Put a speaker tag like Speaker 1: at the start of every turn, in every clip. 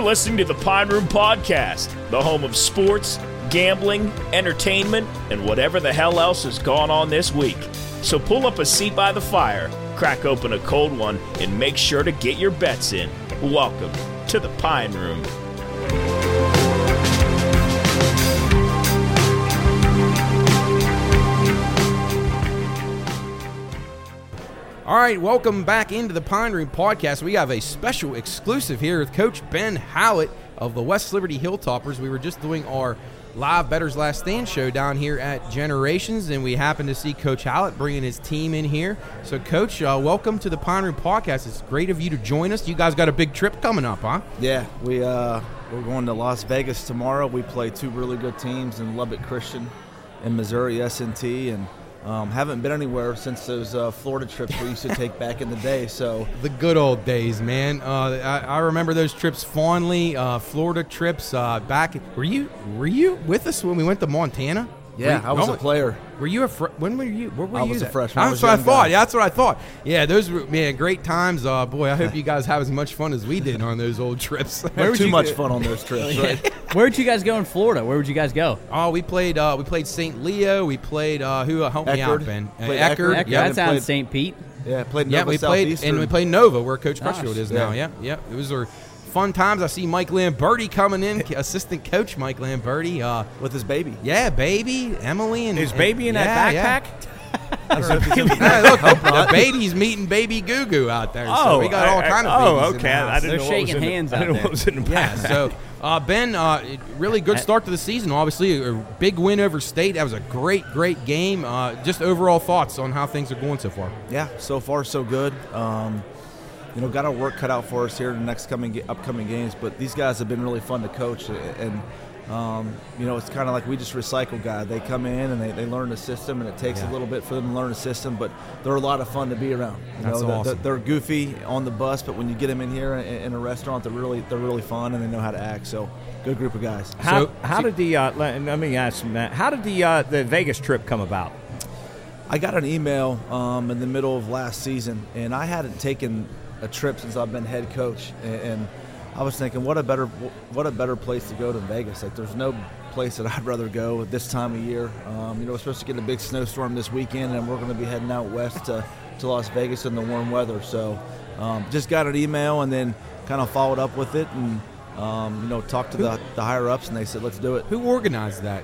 Speaker 1: listening to the Pine Room Podcast, the home of sports, gambling, entertainment, and whatever the hell else has gone on this week. So pull up a seat by the fire, crack open a cold one, and make sure to get your bets in. Welcome to the Pine Room.
Speaker 2: All right, welcome back into the Pine Room Podcast. We have a special exclusive here with Coach Ben Howlett of the West Liberty Hilltoppers. We were just doing our live Betters Last Stand show down here at Generations, and we happened to see Coach Howlett bringing his team in here. So, Coach, uh, welcome to the Pine Room Podcast. It's great of you to join us. You guys got a big trip coming up, huh?
Speaker 3: Yeah, we uh, we're going to Las Vegas tomorrow. We play two really good teams in Lubbock Christian and Missouri S&T, and um, haven't been anywhere since those uh, Florida trips we used to take back in the day. So
Speaker 2: The good old days, man. Uh, I, I remember those trips fondly. Uh, Florida trips uh, back. Were you were you with us when we went to Montana?
Speaker 3: yeah,
Speaker 2: Were you-
Speaker 3: I was
Speaker 2: no,
Speaker 3: a player.
Speaker 2: Were you a fr- when were you? Where were
Speaker 3: I
Speaker 2: you?
Speaker 3: was a
Speaker 2: then?
Speaker 3: freshman. I
Speaker 2: That's
Speaker 3: was
Speaker 2: what I
Speaker 3: young
Speaker 2: thought.
Speaker 3: guy.
Speaker 2: Yeah, that's what I thought. Yeah, those were man great times. Uh, boy, I hope you guys have as much fun as we did on those old trips.
Speaker 3: Had too
Speaker 4: you
Speaker 3: much
Speaker 4: go-
Speaker 3: fun on those trips, right?
Speaker 4: Where'd you guys go in Florida? Where would you guys go?
Speaker 2: oh, we played. Uh, we played St. Leo. We played. Uh, who uh, helped me out,
Speaker 3: Eckerd.
Speaker 2: Ben? Uh,
Speaker 3: Played
Speaker 2: Eckerd.
Speaker 3: Eckerd.
Speaker 4: Heck,
Speaker 3: yeah,
Speaker 4: that's
Speaker 3: we
Speaker 4: out in
Speaker 3: played-
Speaker 4: St. Pete.
Speaker 3: yeah, played Nova
Speaker 2: Yeah, we played
Speaker 3: Southeastern.
Speaker 2: and we played Nova, where Coach
Speaker 4: Gosh.
Speaker 2: Crutchfield is
Speaker 3: Yeah.
Speaker 2: now. Yeah, yeah. It was our fun times. I see Mike Lamberti coming in, assistant coach Mike Lamberti. Uh,
Speaker 3: with his baby.
Speaker 2: yeah, baby, Emily, and
Speaker 5: Is
Speaker 2: and-
Speaker 5: baby in that
Speaker 2: yeah, yeah.
Speaker 5: backpack?
Speaker 2: Hey, look, the, the baby's meeting baby Goo Goo out there. so we got all
Speaker 5: Oh, I- I-
Speaker 2: kind of
Speaker 5: Oh,
Speaker 2: babies
Speaker 5: okay.
Speaker 2: In the
Speaker 5: I
Speaker 2: house.
Speaker 5: didn't
Speaker 4: They're
Speaker 5: know
Speaker 4: shaking
Speaker 5: what was
Speaker 4: hands
Speaker 5: in the, I
Speaker 4: out
Speaker 5: didn't know
Speaker 4: there.
Speaker 5: what was in the
Speaker 2: yeah,
Speaker 5: back.
Speaker 2: so uh, Ben, uh, it- really good start to the season. Obviously, a big win over State. That was a great, great game. Uh, just overall thoughts on how things are going so far.
Speaker 3: Yeah, so far so good. Um, you know, got our work cut out for us here in the next coming ga- upcoming games, but these guys have been really fun to coach, a- and um, you know, it's kind of like we just recycle guy. They come in and they, they learn the system, and it takes a little bit for them to learn the system, but they're a lot of fun to be around. You
Speaker 2: That's
Speaker 3: know, they're-
Speaker 2: awesome.
Speaker 3: They're, goofy on the bus, but when you get them in here in, in a restaurant, they're really they're really fun and they know how to act. So, good group of guys.
Speaker 5: how,
Speaker 2: so-
Speaker 5: how did the uh, let, let me ask you that. How did the uh, the Vegas trip come about?
Speaker 3: I got an email um, in the middle of last season, and I hadn't taken a trip since I've been head coach, and, and I was thinking, what a better what a better place to go than Vegas. Like, there's no place that I'd rather go at this time of year. Um, you know, we're supposed to get a big snowstorm this weekend, and we're going to be heading out west to, to Las Vegas in the warm weather. So, um, just got an email, and then kind of followed up with it, and um, you know, talked to the, the higher ups, and they said, let's do it
Speaker 2: Who organized that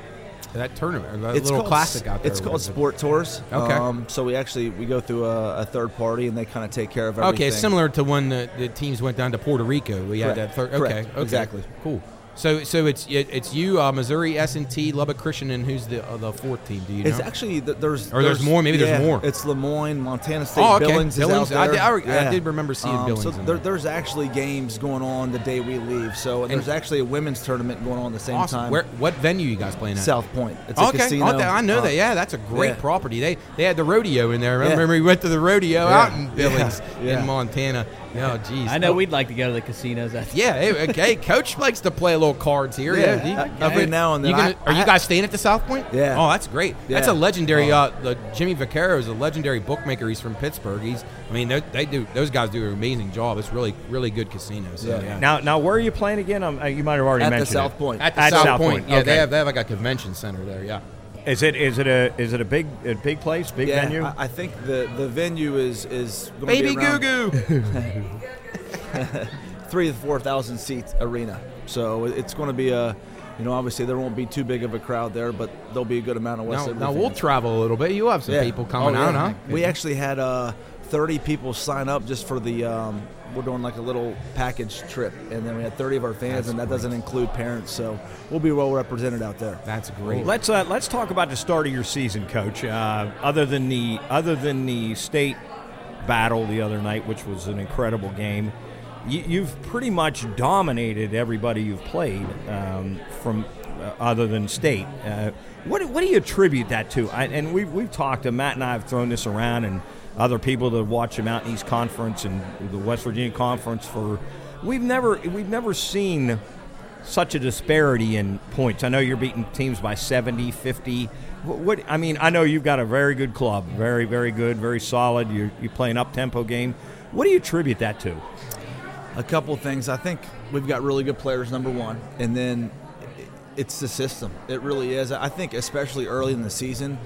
Speaker 2: that tournament? Or that little classic out there.
Speaker 3: it's
Speaker 2: or
Speaker 3: called
Speaker 2: whatever?
Speaker 3: Sport Tours.
Speaker 2: Okay.
Speaker 3: Um, so we actually we go through a, a third party and they kind of take care of everything.
Speaker 2: Okay, similar to when the, the teams went down to Puerto Rico. We had that
Speaker 3: Correct.
Speaker 2: third. Okay,
Speaker 3: Correct.
Speaker 2: okay,
Speaker 3: Exactly.
Speaker 2: Cool. So, so it's it, it's you, uh, Missouri S and T, Lubbock Christian, and who's the uh, the fourth team? Do you know?
Speaker 3: It's actually th- there's
Speaker 2: Or there's more, maybe there's
Speaker 3: yeah,
Speaker 2: more.
Speaker 3: It's Lemoyne, Montana State.
Speaker 2: Oh, okay.
Speaker 3: Billings,
Speaker 2: Billings,
Speaker 3: is out
Speaker 2: I
Speaker 3: there.
Speaker 2: did- I- I did remember seeing
Speaker 3: Um,
Speaker 2: Billings
Speaker 3: So
Speaker 2: in
Speaker 3: there,
Speaker 2: there.
Speaker 3: there's actually games going on the day we leave. So and there's actually a women's tournament going on the same
Speaker 2: awesome.
Speaker 3: time.
Speaker 2: Where, what venue you guys playing at?
Speaker 3: South Point. It's
Speaker 2: okay,
Speaker 3: a casino.
Speaker 2: okay, I know
Speaker 3: Uh,
Speaker 2: that. Yeah, that's a great
Speaker 3: yeah.
Speaker 2: property. They they had the rodeo in there. I
Speaker 3: Yeah.
Speaker 2: remember we went to the rodeo
Speaker 3: Yeah.
Speaker 2: out in Billings,
Speaker 3: Yeah. Yeah.
Speaker 2: in Montana. Oh, geez.
Speaker 4: I know we'd like to go to the casinos. That's
Speaker 2: Yeah, hey, okay. Coach likes to play a little cards here.
Speaker 3: Yeah,
Speaker 2: you-
Speaker 3: uh, every now and then.
Speaker 2: You gonna-
Speaker 3: I-
Speaker 2: are you
Speaker 3: I-
Speaker 2: guys staying at the South Point?
Speaker 3: Yeah.
Speaker 2: Oh, that's great. That's a
Speaker 3: Yeah. Oh.
Speaker 2: legendary. Uh, the Jimmy Vaccaro is a legendary bookmaker. He's from Pittsburgh. He's. I mean, they, they do. Those guys do an amazing job. It's really, really good casinos. So,
Speaker 3: Yeah.
Speaker 2: yeah.
Speaker 5: Now now where are you playing again? Um, uh, you might have already
Speaker 3: At the
Speaker 5: mentioned
Speaker 3: South
Speaker 5: it.
Speaker 3: Point.
Speaker 2: at the
Speaker 5: at
Speaker 2: South,
Speaker 5: South
Speaker 2: Point.
Speaker 5: Point,
Speaker 2: Yeah, they
Speaker 5: okay.
Speaker 2: have they have like a convention center there. Yeah.
Speaker 5: Is it is it a is it a big a big place, big
Speaker 3: yeah,
Speaker 5: venue?
Speaker 3: I, I think the the venue is is gonna
Speaker 2: Baby
Speaker 3: be around-
Speaker 2: Goo Goo.
Speaker 3: three to four thousand seat arena. So it- it's going to be a, you know, obviously there won't be too big of a crowd there, but there'll be a good amount of West
Speaker 2: now,
Speaker 3: Liberty
Speaker 2: now we'll
Speaker 3: fans.
Speaker 2: travel a little bit. You have some
Speaker 3: Yeah.
Speaker 2: people coming
Speaker 3: Oh, yeah.
Speaker 2: out, huh?
Speaker 3: We actually had uh, thirty people sign up just for the. Um, we're doing like a little package trip, and then we had thirty of our fans, and that doesn't include parents. So we'll be well represented out there.
Speaker 2: That's great.
Speaker 5: Let's uh, let's talk about the start of your season, Coach. Uh, other than the other than the state battle the other night, which was an incredible game, you, you've pretty much dominated everybody you've played um, from uh, other than state. Uh, what, what do you attribute that to? I, and we've we've talked. And Matt and I have thrown this around, and other people that watch the Mountain East Conference and the West Virginia Conference for. We've never we've never seen such a disparity in points. I know you're beating teams by 70, 50. Wh- What I mean, I know you've got a very good club, very, very good, very solid. You you play an up tempo game. What do you attribute that to?
Speaker 3: a couple of things. I think we've got really good players, number one, and then it- it's the system. It really is. I think especially early in the season,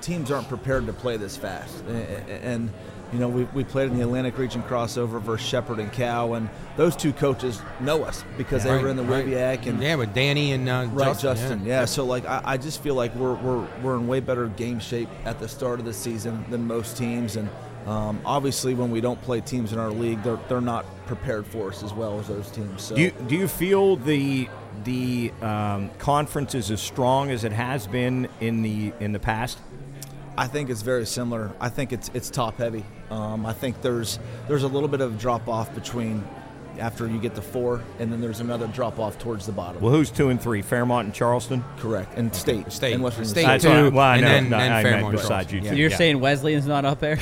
Speaker 3: teams aren't prepared to play this fast. A- a- And you know, we, we played in the Atlantic Region crossover versus Shepherd and Cow, and those two coaches know us because they were in the
Speaker 2: Right,
Speaker 3: Webiac and
Speaker 2: yeah, with Danny and uh,
Speaker 3: Right,
Speaker 2: Justin.
Speaker 3: Justin. Yeah. So like, I, I just feel like we're, we're we're in way better game shape at the start of the season than most teams, and um, obviously when we don't play teams in our league, they're they're not prepared for us as well as those teams. So
Speaker 5: Do you, do you feel the the um, conference is as strong as it has been in the in the past?
Speaker 3: I think it's very similar. I think it's it's top heavy. Um, I think there's there's a little bit of drop off between after you get to four, and then there's another drop off towards the bottom.
Speaker 5: Well, who's two and three? Fairmont and Charleston.
Speaker 3: Correct. And state,
Speaker 2: State.
Speaker 3: and Western
Speaker 2: State.
Speaker 5: That's
Speaker 2: two,
Speaker 5: what I- well, I
Speaker 2: and
Speaker 5: know.
Speaker 2: then-
Speaker 5: No,
Speaker 2: then
Speaker 5: I meant
Speaker 2: Fairmont and
Speaker 5: beside you.
Speaker 2: Charleston.
Speaker 5: two.
Speaker 4: So you're
Speaker 5: Yeah.
Speaker 4: saying Wesleyan's not up there?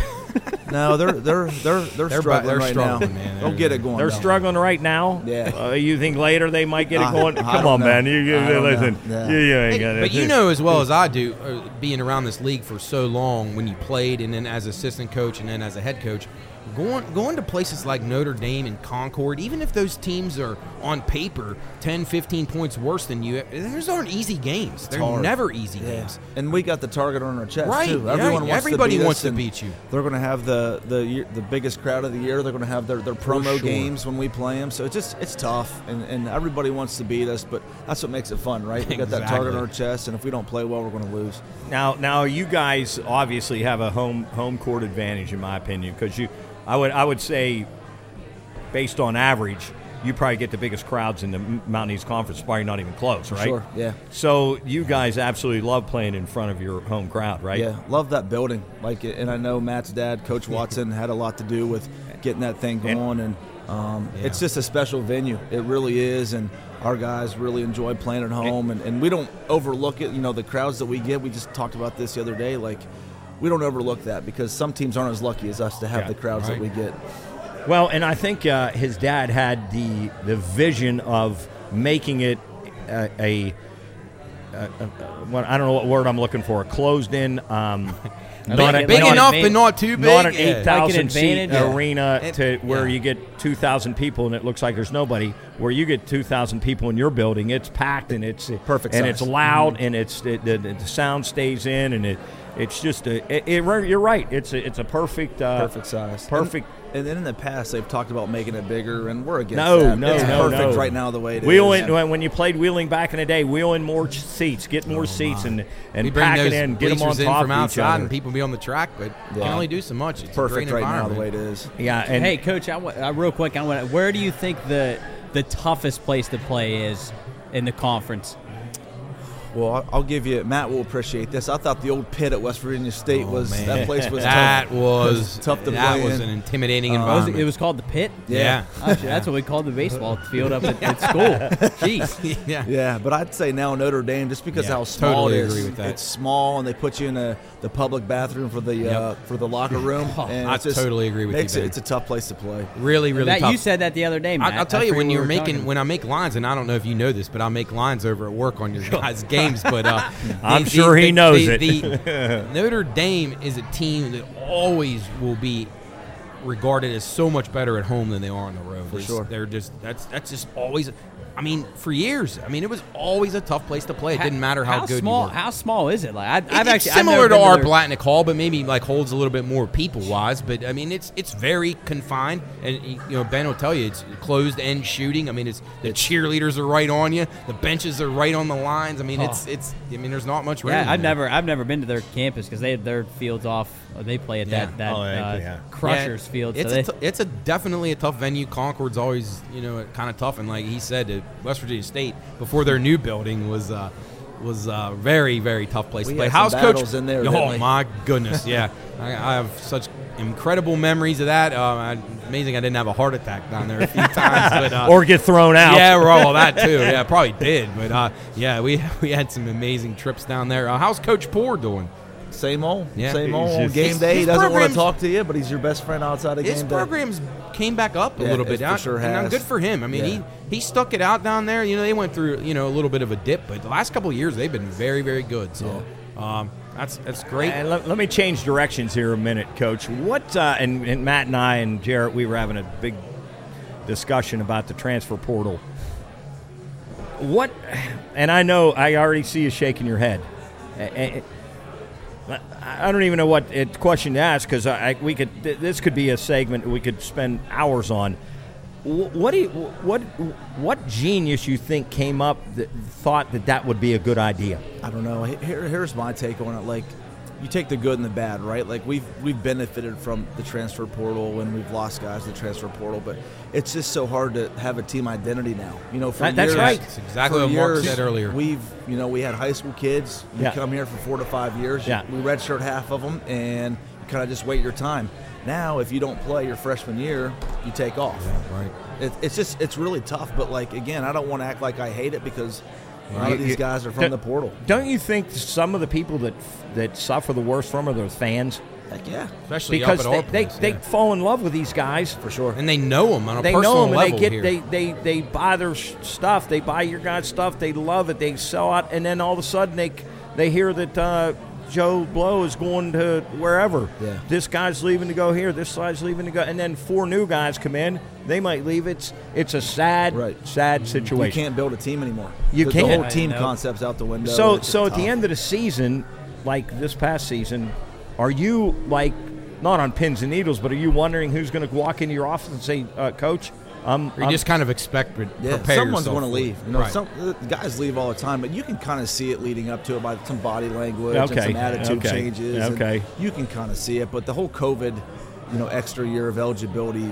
Speaker 3: No, they're they're they're
Speaker 2: They're
Speaker 3: they're,
Speaker 2: bu-
Speaker 3: struggling
Speaker 2: they're
Speaker 3: right
Speaker 2: struggling,
Speaker 3: now.
Speaker 2: man.
Speaker 3: They'll get it going.
Speaker 5: They're
Speaker 3: though.
Speaker 5: struggling right now.
Speaker 3: Yeah.
Speaker 5: Uh, you think later they might get
Speaker 3: I-
Speaker 5: it going?
Speaker 3: I
Speaker 5: Come
Speaker 3: don't
Speaker 5: on,
Speaker 3: know.
Speaker 5: man. You, you-
Speaker 3: I don't
Speaker 5: listen.
Speaker 3: know. Yeah.
Speaker 5: You, you ain't
Speaker 2: Hey,
Speaker 5: gonna-
Speaker 2: but you know as well as I do, uh, being around this league for so long, when you played and then as assistant coach and then as a head coach, going going to places like Notre Dame and Concord, even if those teams are on paper 10, 15 points worse than you, those aren't easy games. They're
Speaker 3: hard.
Speaker 2: never easy
Speaker 3: Yeah.
Speaker 2: games.
Speaker 3: And we got the target on our chest
Speaker 2: Right,
Speaker 3: too.
Speaker 2: right. Everybody wants to beat you.
Speaker 3: They're going to have the the year- the biggest crowd of the year. They're going to have their, their promo
Speaker 2: sure.
Speaker 3: games when we play them. So it's just it's tough, and, and everybody wants to beat us. But that's what makes it fun, right? We got that
Speaker 2: Exactly.
Speaker 3: target on our chest, and if we don't play well, we're going to lose.
Speaker 5: Now, now you guys obviously have a home home court advantage, in my opinion, because you, I would I would say, based on average, you probably get the biggest crowds in the M- Mountain East Conference. Probably not even close, right?
Speaker 3: Sure, yeah.
Speaker 5: So you guys absolutely love playing in front of your home crowd, right?
Speaker 3: Yeah, love that building. Like, it- and I know Matt's dad, Coach Watson, had a lot to do with getting that thing
Speaker 5: And-
Speaker 3: going. And um, it's just a special venue. It really is. And our guys really enjoy playing at home. And, and we don't overlook it. You know, the crowds that we get. We just talked about this the other day. Like, we don't overlook that because some teams aren't as lucky as us to have
Speaker 5: Yeah,
Speaker 3: the crowds
Speaker 2: right.
Speaker 3: that we get.
Speaker 5: Well, and I think uh, his dad had the the vision of making it a. a well, I don't know what word I'm looking for. A closed in, um, not a,
Speaker 2: big
Speaker 5: not a-
Speaker 2: enough,
Speaker 4: advan-
Speaker 2: but not too big.
Speaker 5: not an
Speaker 2: yeah.
Speaker 5: eight thousand
Speaker 4: Like an
Speaker 5: seat
Speaker 4: advantage? Yeah.
Speaker 5: arena
Speaker 2: And-
Speaker 5: to where
Speaker 2: yeah.
Speaker 5: you get two thousand people and it looks like there's nobody. Where you get two thousand people in your building, it's packed and it's
Speaker 3: Perfect
Speaker 5: and
Speaker 3: size.
Speaker 5: it's loud and it's it, the, the, the sound stays in and it it's just a it, it, you're right. It's a, it's a perfect uh,
Speaker 3: Perfect size.
Speaker 5: perfect.
Speaker 3: And, and then in the past, they've talked about making it bigger, and we're against
Speaker 5: No,
Speaker 3: that.
Speaker 5: no,
Speaker 3: it's
Speaker 5: no,
Speaker 3: perfect
Speaker 5: no.
Speaker 3: right now the way it is.
Speaker 5: Wheel in, when- when you played wheeling back in the day, wheel in more ch- seats, get more seats, and
Speaker 2: We
Speaker 5: and
Speaker 2: bring
Speaker 5: pack
Speaker 2: those
Speaker 5: it in, get them on
Speaker 2: bleachers in
Speaker 5: top
Speaker 2: from
Speaker 5: of each
Speaker 2: outside,
Speaker 5: other.
Speaker 2: and people be on the track, but you can
Speaker 3: Yeah.
Speaker 2: only do so much. It's a great
Speaker 3: perfect right now the
Speaker 2: environment.
Speaker 3: way it is.
Speaker 5: yeah, and
Speaker 4: hey, coach, I, wa- I real quick, I want where do you think the the toughest place to play is in the conference?
Speaker 3: Well, I'll- I'll give you. Matt will appreciate this. I thought the old pit at West Virginia State was
Speaker 2: Oh, man.
Speaker 3: that place was
Speaker 2: That
Speaker 3: tough.
Speaker 2: was
Speaker 3: tough to
Speaker 2: That
Speaker 3: play
Speaker 2: was an
Speaker 3: in.
Speaker 2: intimidating
Speaker 4: Was
Speaker 2: environment.
Speaker 4: Uh, it, it was called the pit.
Speaker 2: Um, yeah.
Speaker 4: Oh, shit, that's what we called the baseball field up at, at school. Jeez.
Speaker 2: yeah.
Speaker 3: Yeah, but I'd say now Notre Dame, just because
Speaker 2: Yeah,
Speaker 3: how small
Speaker 2: totally
Speaker 3: it is,
Speaker 2: agree with that.
Speaker 3: it's small, and they put you in a, the public bathroom for the uh, for the locker room. and
Speaker 2: Oh, I
Speaker 3: it's just-
Speaker 2: totally agree with you,
Speaker 3: makes it-
Speaker 2: Ben.
Speaker 3: It's a tough place to play.
Speaker 2: Really, really
Speaker 4: that
Speaker 2: tough.
Speaker 4: you said that the other day, Matt.
Speaker 2: I, I'll tell
Speaker 4: I
Speaker 2: you
Speaker 4: forget
Speaker 2: when
Speaker 4: what
Speaker 2: you're
Speaker 4: we were
Speaker 2: making
Speaker 4: talking
Speaker 2: when I make lines, and I don't know if you know this, but I make lines over at work on your guys' games. But uh,
Speaker 5: I'm sure he knows
Speaker 2: the-
Speaker 5: it.
Speaker 2: the- Notre Dame is a team that always will be regarded as so much better at home than they are on the road. For
Speaker 3: sure.
Speaker 2: they're just that's that's just always. I mean, for years, I mean, it was always a tough place to play. It didn't matter how, good
Speaker 4: small
Speaker 2: you were.
Speaker 4: how small is it like I,
Speaker 2: It-
Speaker 4: I've
Speaker 2: it's
Speaker 4: actually I've
Speaker 2: similar
Speaker 4: never
Speaker 2: to
Speaker 4: been
Speaker 2: our
Speaker 4: their-
Speaker 2: Blatnick Hall, but maybe like holds a little bit more people wise. But I mean, it's it's very confined, and you know Ben will tell you it's closed end shooting. I mean, it's the cheerleaders are right on you, the benches are right on the lines. I mean, it's it's I mean, there's not much. room
Speaker 4: yeah I've
Speaker 2: there.
Speaker 4: never I've never been to their campus because they have their fields off uh, they play at
Speaker 2: Yeah.
Speaker 4: that that
Speaker 5: Oh, yeah,
Speaker 4: uh,
Speaker 5: yeah.
Speaker 4: Crushers
Speaker 2: Yeah,
Speaker 4: field so
Speaker 2: It's
Speaker 4: they-
Speaker 2: a t- it's a definitely a tough venue. Concord's always you know kind of tough, and like he said, uh, West Virginia State before their new building was. Uh, was a very very tough place
Speaker 3: We
Speaker 2: to play.
Speaker 3: had
Speaker 2: House
Speaker 3: some
Speaker 2: coach
Speaker 3: battles in there, didn't
Speaker 2: Oh
Speaker 3: we?
Speaker 2: my goodness, yeah. I, I have such incredible memories of that. Uh, I- amazing, I didn't have a heart attack down there a few times. But uh,
Speaker 5: or get thrown out.
Speaker 2: yeah, we're all that too. Yeah, probably did. But uh, yeah, we we had some amazing trips down there. Uh, how's Coach Poor doing?
Speaker 3: Same old,
Speaker 2: Yeah.
Speaker 3: same old.
Speaker 5: He's just-
Speaker 3: game
Speaker 2: His-
Speaker 3: day, he
Speaker 2: his
Speaker 3: doesn't want
Speaker 2: program's-
Speaker 3: to talk to you, but he's your best friend outside of
Speaker 2: His
Speaker 3: game day.
Speaker 2: programs came back up a
Speaker 3: Yeah,
Speaker 2: little bit.
Speaker 3: it for
Speaker 2: I-
Speaker 3: sure
Speaker 2: and I'm
Speaker 3: has.
Speaker 2: good for him. I mean,
Speaker 3: Yeah.
Speaker 2: he he stuck it out down there. You know, they went through you know a little bit of a dip, but the last couple of years they've been very very good. So um, that's that's great.
Speaker 5: And let, let me change directions here a minute, Coach. What uh, and, and Matt and I and Jarrett, we were having a big discussion about the transfer portal. What, and I know I already see you shaking your head. A- a- I don't even know what it, question to ask because I, I, we could th- this could be a segment we could spend hours on. Wh- What do you, wh- what what genius you think came up that thought that that would be a good idea?
Speaker 3: I don't know. Here, here's my take on it. Like, you take the good and the bad, right? Like we've we've benefited from the transfer portal and we've lost guys to the transfer portal, but it's just so hard to have a team identity now. You know, for
Speaker 5: That- that's
Speaker 3: years-
Speaker 5: right.
Speaker 2: That's exactly
Speaker 3: for
Speaker 2: what Mark
Speaker 3: years,
Speaker 2: said earlier.
Speaker 3: We've you know we had high school kids. You
Speaker 5: Yeah.
Speaker 3: come here for four to five years. you-
Speaker 5: Yeah.
Speaker 3: We redshirt half of them and you kind of just wait your time. Now, if you don't play your freshman year, you take off.
Speaker 2: Right.
Speaker 3: It, it's just it's really tough. But like again, I don't want to act like I hate it because a lot of
Speaker 5: You-
Speaker 3: these
Speaker 5: you-
Speaker 3: guys are from
Speaker 5: don't-
Speaker 3: the portal.
Speaker 5: Don't you think some of the people that f- that suffer the worst from are their fans
Speaker 3: Heck yeah.
Speaker 2: Especially
Speaker 5: because
Speaker 2: up at
Speaker 5: they
Speaker 2: our
Speaker 5: they,
Speaker 2: place,
Speaker 5: they
Speaker 2: yeah.
Speaker 5: fall in love with these guys for sure.
Speaker 2: and they know them on a
Speaker 5: they
Speaker 2: personal
Speaker 5: know them.
Speaker 2: level
Speaker 5: And they get
Speaker 2: here.
Speaker 5: they they they buy their sh- stuff. They buy your guys' stuff. They love it. They sell out, and then all of a sudden they c- they hear that uh, Joe Blow is going to wherever.
Speaker 3: Yeah.
Speaker 5: This guy's leaving to go here. This guy's leaving to go, and then four new guys come in. They might leave. It's it's a sad
Speaker 3: Right.
Speaker 5: sad
Speaker 3: You
Speaker 5: situation.
Speaker 3: can't build a team anymore.
Speaker 5: You
Speaker 3: the,
Speaker 5: can't.
Speaker 3: The whole
Speaker 5: I
Speaker 3: team
Speaker 4: know.
Speaker 3: concept's out the window.
Speaker 5: so
Speaker 3: It's
Speaker 5: so at
Speaker 3: tough.
Speaker 5: the end of the season, like this past season, are you like not on pins and needles, but are you wondering who's going to walk into your office and say, uh, "Coach, I'm,
Speaker 2: you
Speaker 5: I'm
Speaker 2: just kind of expect pre-
Speaker 3: yeah,
Speaker 2: prepare
Speaker 3: someone's
Speaker 2: yourself
Speaker 3: going to
Speaker 2: for
Speaker 3: leave.
Speaker 2: it.
Speaker 3: You know,
Speaker 2: right.
Speaker 3: some the guys leave all the time, but you can kind of see it leading up to it by some body language
Speaker 5: Okay,
Speaker 3: and some attitude
Speaker 5: okay,
Speaker 3: changes. and
Speaker 5: okay.
Speaker 3: you can kind of see it, but the whole COVID, you know, extra year of eligibility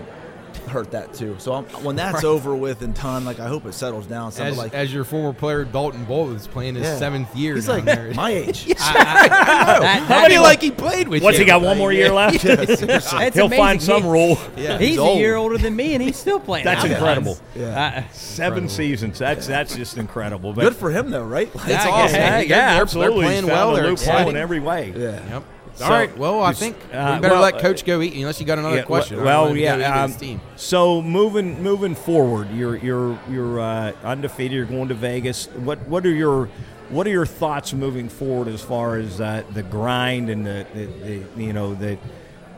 Speaker 3: hurt that too. So I'm, when that's
Speaker 2: Right.
Speaker 3: over with and done, like I hope it settles down. Something
Speaker 2: as,
Speaker 3: like
Speaker 2: as your former player Dalton Bolt is playing his
Speaker 3: Yeah.
Speaker 2: seventh year
Speaker 3: He's
Speaker 2: down
Speaker 3: like
Speaker 2: there.
Speaker 3: my age.
Speaker 4: That-
Speaker 2: oh, How
Speaker 4: that
Speaker 2: many
Speaker 4: is-
Speaker 2: like he played with?
Speaker 5: What's
Speaker 2: you?
Speaker 5: he got? One more year left.
Speaker 4: It's
Speaker 5: He'll
Speaker 4: amazing.
Speaker 5: find some
Speaker 4: He-
Speaker 5: rule.
Speaker 3: Yeah,
Speaker 4: he's
Speaker 3: he's
Speaker 4: a year
Speaker 3: old.
Speaker 4: older than me, and he's still playing.
Speaker 5: That's
Speaker 4: out there.
Speaker 5: incredible.
Speaker 3: Yeah.
Speaker 4: Uh,
Speaker 5: Seven seasons. That's that's just incredible. But
Speaker 3: Good for him though, right?
Speaker 2: That's
Speaker 3: Like,
Speaker 2: awesome.
Speaker 5: Yeah,
Speaker 2: They're- they're-
Speaker 5: yeah,
Speaker 2: they're
Speaker 5: absolutely.
Speaker 2: playing
Speaker 5: He's found
Speaker 2: well.
Speaker 5: a
Speaker 2: They're
Speaker 5: loophole
Speaker 2: exciting.
Speaker 5: in every way.
Speaker 3: Yeah.
Speaker 2: Yep.
Speaker 5: So-
Speaker 2: All right. Well, I
Speaker 5: You s-
Speaker 2: think
Speaker 5: uh,
Speaker 2: we better
Speaker 5: well,
Speaker 2: let
Speaker 5: uh,
Speaker 2: Coach go eat, unless you got another
Speaker 5: Yeah,
Speaker 2: question. I don't
Speaker 5: Well,
Speaker 2: wanna go eat
Speaker 5: yeah.
Speaker 2: on
Speaker 5: um,
Speaker 2: this team.
Speaker 5: so moving moving forward, you're you're you're uh, undefeated. You're going to Vegas. What what are your what are your thoughts moving forward as far as uh, the grind and the, the, the you know the,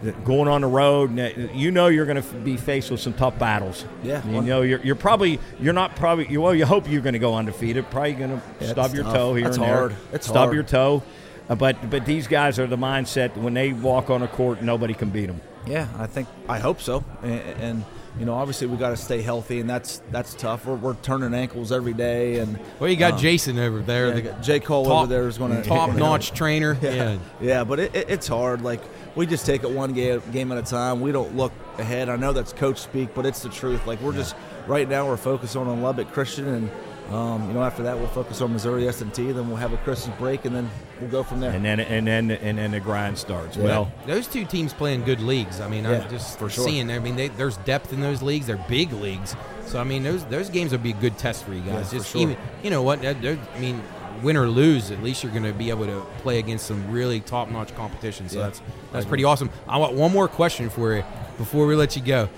Speaker 5: the going on the road? And that- you know you're going to be faced with some tough battles.
Speaker 3: Yeah.
Speaker 5: you know you're, you're probably you're not probably you, well. You hope you're going to go undefeated. Probably going to
Speaker 3: Yeah,
Speaker 5: stub
Speaker 3: it's
Speaker 5: your
Speaker 3: tough.
Speaker 5: toe here
Speaker 3: That's
Speaker 5: and there.
Speaker 3: hard. It's
Speaker 5: stub
Speaker 3: hard.
Speaker 5: your toe. Uh, but but these guys are the mindset when they walk on a court, nobody can beat them.
Speaker 3: Yeah, I think I hope so. And, and you know, obviously we got to stay healthy, and that's that's tough. We're, we're turning ankles every day, and
Speaker 2: Well, you got Jason over there.
Speaker 3: um, yeah,
Speaker 2: the
Speaker 3: got J. Cole
Speaker 2: top-
Speaker 3: over there is gonna-
Speaker 2: top-notch trainer. Yeah.
Speaker 3: yeah, but it, it, it's hard. Like we just take it one game game at a time. We don't look ahead. I know that's coach speak, but it's the truth. Like we're just right now we're focused on Lubbock Christian, and um, you know after that we'll focus on Missouri S and T. Then we'll have a Christmas break, and then we'll go from there.
Speaker 5: and then and then and then the grind starts. Well,
Speaker 2: Those two teams play in good leagues. I mean,
Speaker 3: Yeah,
Speaker 2: I'm just
Speaker 3: for sure.
Speaker 2: seeing. I mean, they, there's depth in those leagues. They're big leagues. So I mean, those those games will be a good test for you guys.
Speaker 3: for
Speaker 2: just
Speaker 3: sure.
Speaker 2: even you know what? that- that- I mean, win or lose, at least you're going to be able to play against some really top notch competition. So
Speaker 3: Yeah,
Speaker 2: that's that's pretty awesome. I want one more question for you before we let you go.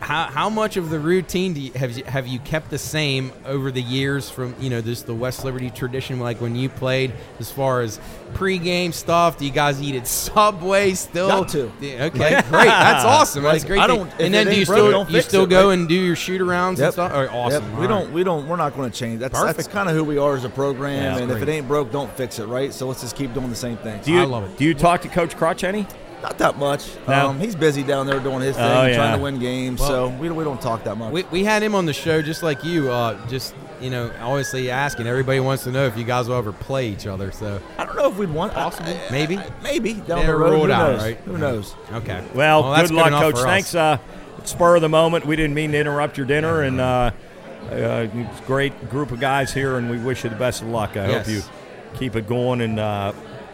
Speaker 2: How, how much of the routine do you, have you, have you kept the same over the years from you know this the West Liberty tradition like when you played as far as pregame stuff? Do you guys eat at Subway still?
Speaker 3: Got to.
Speaker 2: Yeah, okay, great. That's awesome. That's
Speaker 3: Like,
Speaker 2: great.
Speaker 3: I
Speaker 2: thing.
Speaker 3: don't- if
Speaker 2: and
Speaker 3: it
Speaker 2: then do
Speaker 3: ain't
Speaker 2: you
Speaker 3: broke,
Speaker 2: still
Speaker 3: don't
Speaker 2: you
Speaker 3: fix
Speaker 2: still
Speaker 3: it,
Speaker 2: go
Speaker 3: right?
Speaker 2: and do your shoot arounds and
Speaker 3: Yep.
Speaker 2: stuff? Oh, awesome.
Speaker 3: Yep.
Speaker 2: All
Speaker 3: We
Speaker 2: right.
Speaker 3: don't. We don't. We're not going to change. That's that's
Speaker 2: Perfect.
Speaker 3: kind of who we are as a program.
Speaker 5: Yeah, that's
Speaker 3: and if
Speaker 5: great.
Speaker 3: it ain't broke, don't fix it. Right. So let's just keep doing the same thing.
Speaker 5: do you
Speaker 2: I love it.
Speaker 5: do you talk to Coach Crotch any?
Speaker 3: not that much.
Speaker 5: No.
Speaker 3: Um, he's busy down there doing his thing,
Speaker 5: Oh, yeah.
Speaker 3: trying to win games.
Speaker 2: Well-
Speaker 3: so we don't, we don't talk that much.
Speaker 2: We, we had him on the show just like you. Uh, just you know, obviously asking everybody wants to know if you guys will ever play each other. So
Speaker 3: I don't know if we'd want.
Speaker 2: Possible.
Speaker 3: I- I-
Speaker 2: Maybe.
Speaker 3: I- maybe down
Speaker 2: Never
Speaker 3: the road.
Speaker 2: ruled
Speaker 3: who
Speaker 2: out,
Speaker 3: knows?
Speaker 2: right?
Speaker 3: Who knows?
Speaker 2: okay.
Speaker 5: Well,
Speaker 2: that's
Speaker 5: good luck,
Speaker 2: enough
Speaker 5: Coach.
Speaker 2: for us.
Speaker 5: Thanks. Uh, spur of the moment. We didn't mean to interrupt your dinner, and uh, uh, it's a great group of guys here, and we wish you the best of luck. I
Speaker 2: Yes.
Speaker 5: hope you keep it going and uh,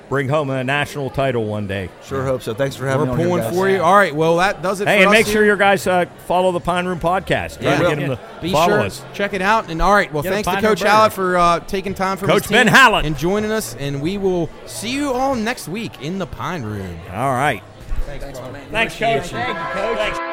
Speaker 5: bring home a national title one day.
Speaker 3: Sure hope so. Thanks for
Speaker 2: We're
Speaker 3: having me. on here,
Speaker 2: pulling
Speaker 3: guys.
Speaker 2: for you. All right. Well, that does it. for
Speaker 5: Hey, and
Speaker 2: us
Speaker 5: make sure
Speaker 2: here.
Speaker 5: your guys uh, follow the Pine Room Podcast. Try
Speaker 2: Yeah.
Speaker 5: to get 'em to
Speaker 2: Be
Speaker 5: follow
Speaker 2: sure
Speaker 5: us.
Speaker 2: check it out. And all right, well,
Speaker 5: Get a
Speaker 2: thanks to
Speaker 5: five-hour
Speaker 2: Coach
Speaker 5: burger.
Speaker 2: Hallett for uh, taking time from
Speaker 5: Coach
Speaker 2: his team
Speaker 5: Ben Hallett.
Speaker 2: and joining us. And we will see you all next week in the Pine Room.
Speaker 5: All right. Thanks, Coach. Thanks, Coach.